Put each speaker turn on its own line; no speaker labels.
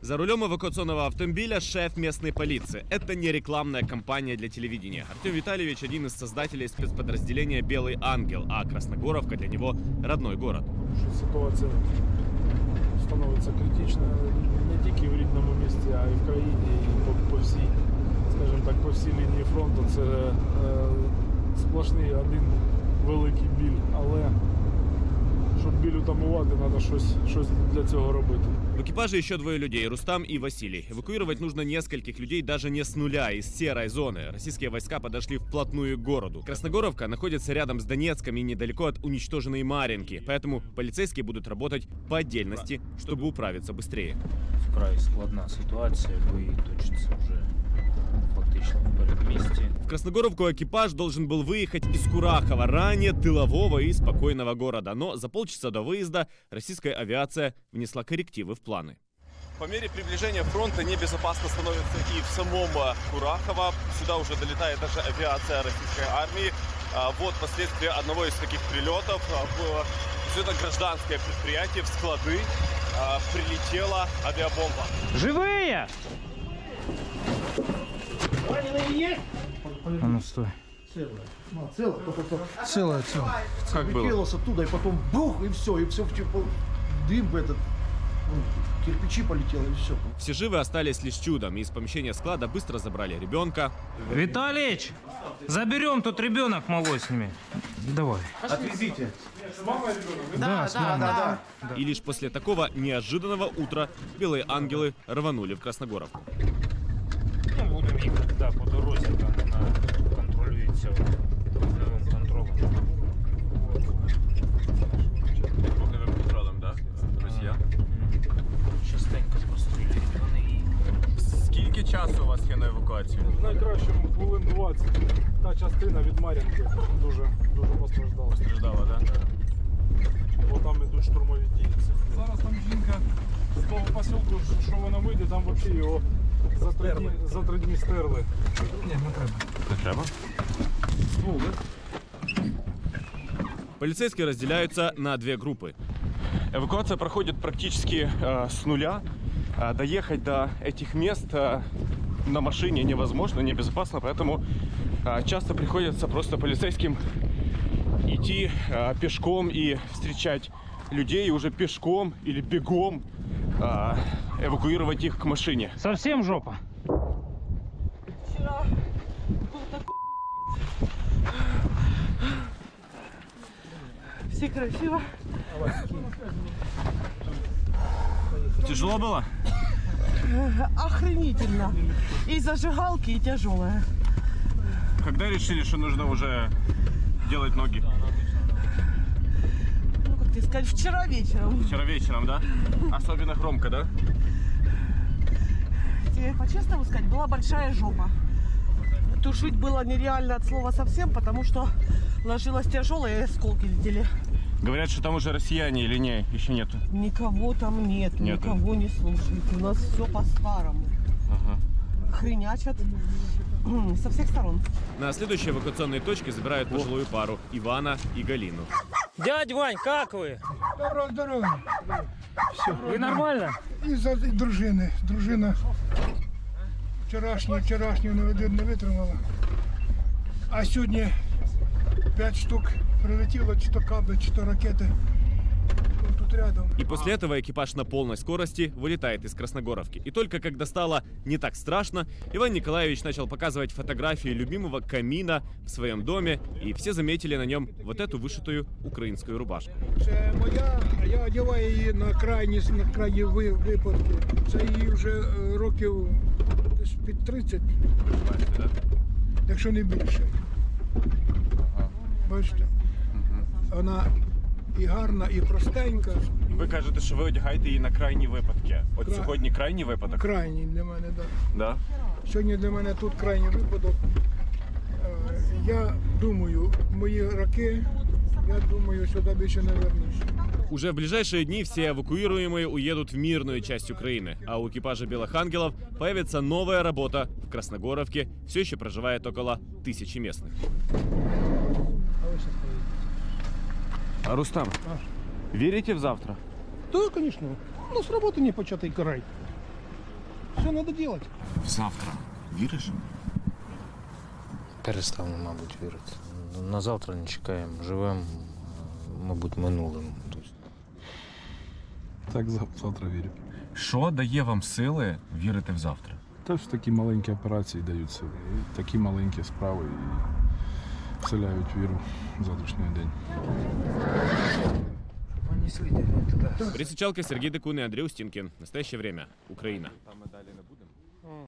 За рулем эвакуационного автомобиля шеф местной полиции. Это не рекламная кампания для телевидения. Артем Витальевич один из создателей спецподразделения «Белый ангел», а Красногоровка для него родной город.
Тому що ситуація становиться критичною не тільки в рідному місті, а й в країні, і по, по всій, скажімо так, по всій лінії фронту. Це е, сплошний один великий біль. Але щоб біль утамувати, треба щось, щось для цього робити.
В экипаже еще двое людей, Рустам и Василий. Эвакуировать нужно нескольких людей даже не с нуля, из серой зоны. Российские войска подошли вплотную к городу. Красногоровка находится рядом с Донецком и недалеко от уничтоженной Маринки, поэтому полицейские будут работать по отдельности, чтобы управиться быстрее.
Вкрай складна ситуація, бої точаться вже фактично в передмісті.
В Красногоровку экипаж должен был выехать из Курахова, ранее тылового и спокойного города. Но за полчаса до выезда российская авиация внесла коррективы в планы.
По мере приближения фронта небезопасно становится и в самом э, Курахово. Сюда уже долетает даже авиация российской армии. А, Вот последствия одного из таких прилетов. А, было- Все это гражданское предприятие в склады а, прилетела авиабомба.
Живые! А ну стой.
Целая. Ну, целая, только что выкинулась оттуда, и потом бух, и все, и все в чепу- дым в этот, ну, кирпичи полетело, и все.
Все живы остались лишь чудом, и из помещения склада быстро забрали ребенка,
Виталич, заберем тут ребенок малой с ними. Давай.
И лишь после такого неожиданного утра белые ангелы рванули в Красногоровку.
Ну, будемо їхати да, по дорозі, там вона контролюється вогневим контролем. М. Частенько пострілюють вони і
Сколько часу у вас є на евакуацію?
В найкращому хвилин 20 та частина від Мар'янки дуже, дуже постраждала.
Ждала, да?
бо там ідуть штурмові дії. Зараз там жінка з того посілку, що вона вийде, там взагалі його за три, дні, за три дні стерли.
Полицейские разделяются на две группы.
Эвакуация проходит практически э, с нуля. А, доехать до этих мест э, на машине невозможно, небезопасно, поэтому а, часто приходится просто полицейским идти а, пешком и встречать людей и уже пешком или бегом а, эвакуировать их к машине.
Совсем жопа.
Все красиво.
Тяжело было?
Охренительно. И зажигалки, и тяжелая.
Когда решили, что нужно уже делать ноги?
Ну, как тебе сказать, вчера вечером.
Вчера вечером, да? Особенно громко, да?
Тебе по-честному сказать, была большая жопа. Тушить было нереально от слова совсем, потому что ложилась тяжелая, и осколки летели.
Говорят, что там уже россияне или не, еще нету.
Никого там нет,
Нету.
никого не слушают. У нас все по-старому. Хренячат м, со всех сторон.
На следующей эвакуационной точке забирают пожилую пару Ивана и Галину.
Дядь Вань, как вы?
Здорово, здорово.
Вы нормально?
Із дружини. Дружина вчорашню, вчорашню не вид- не витримала. А сьогодні 5 штук прилетіло, чи то кабли, чи то ракети. Ну, Тут рядом.
И после этого экипаж на полной скорости вылетает из Красногоровки. И только когда стало не так страшно, Иван Николаевич начал показывать фотографии любимого камина в своем доме, и все заметили на нем вот эту вышитую украинскую рубашку.
Це моя, а я одягаю її на крайні, на крайні ви- випадки. Це її вже е, років десь під 30, якщо не більше. Бачите? Вона і гарна, і простенька.
Ви кажете, що ви одягаєте її на крайні випадки. От
Кра-
сьогодні крайній випадок,
Крайній для мене, так.
да?
Сьогодні для мене тут крайній випадок. Е, Я думаю, мої роки, я думаю, сюди більше не вернусь.
Уже в ближайшие дни все эвакуируемые уедут в мирную часть Украины, а у экипажа «Белых ангелов» появится новая работа в Красногоровке, все еще проживает около тысячи местных.
А Рустам, вірите в завтра?
Так, звісно.
Ну, с работы не початый край. Все надо делать.
Завтра. Віриш?
Перестали, мабуть, вірити. На завтра не чекаємо, живемо, мабуть, минулим.
Так завтра вірю.
Що дає вам сили вірити в завтра?
Та ж такі маленькі операції дають сили, і такі маленькі справи і вселяють віру в завтрашній день.
Пересечалка Сергей Декун и Андрей Устинкин. Настоящее время. Украина.
Там ми далі не будемо.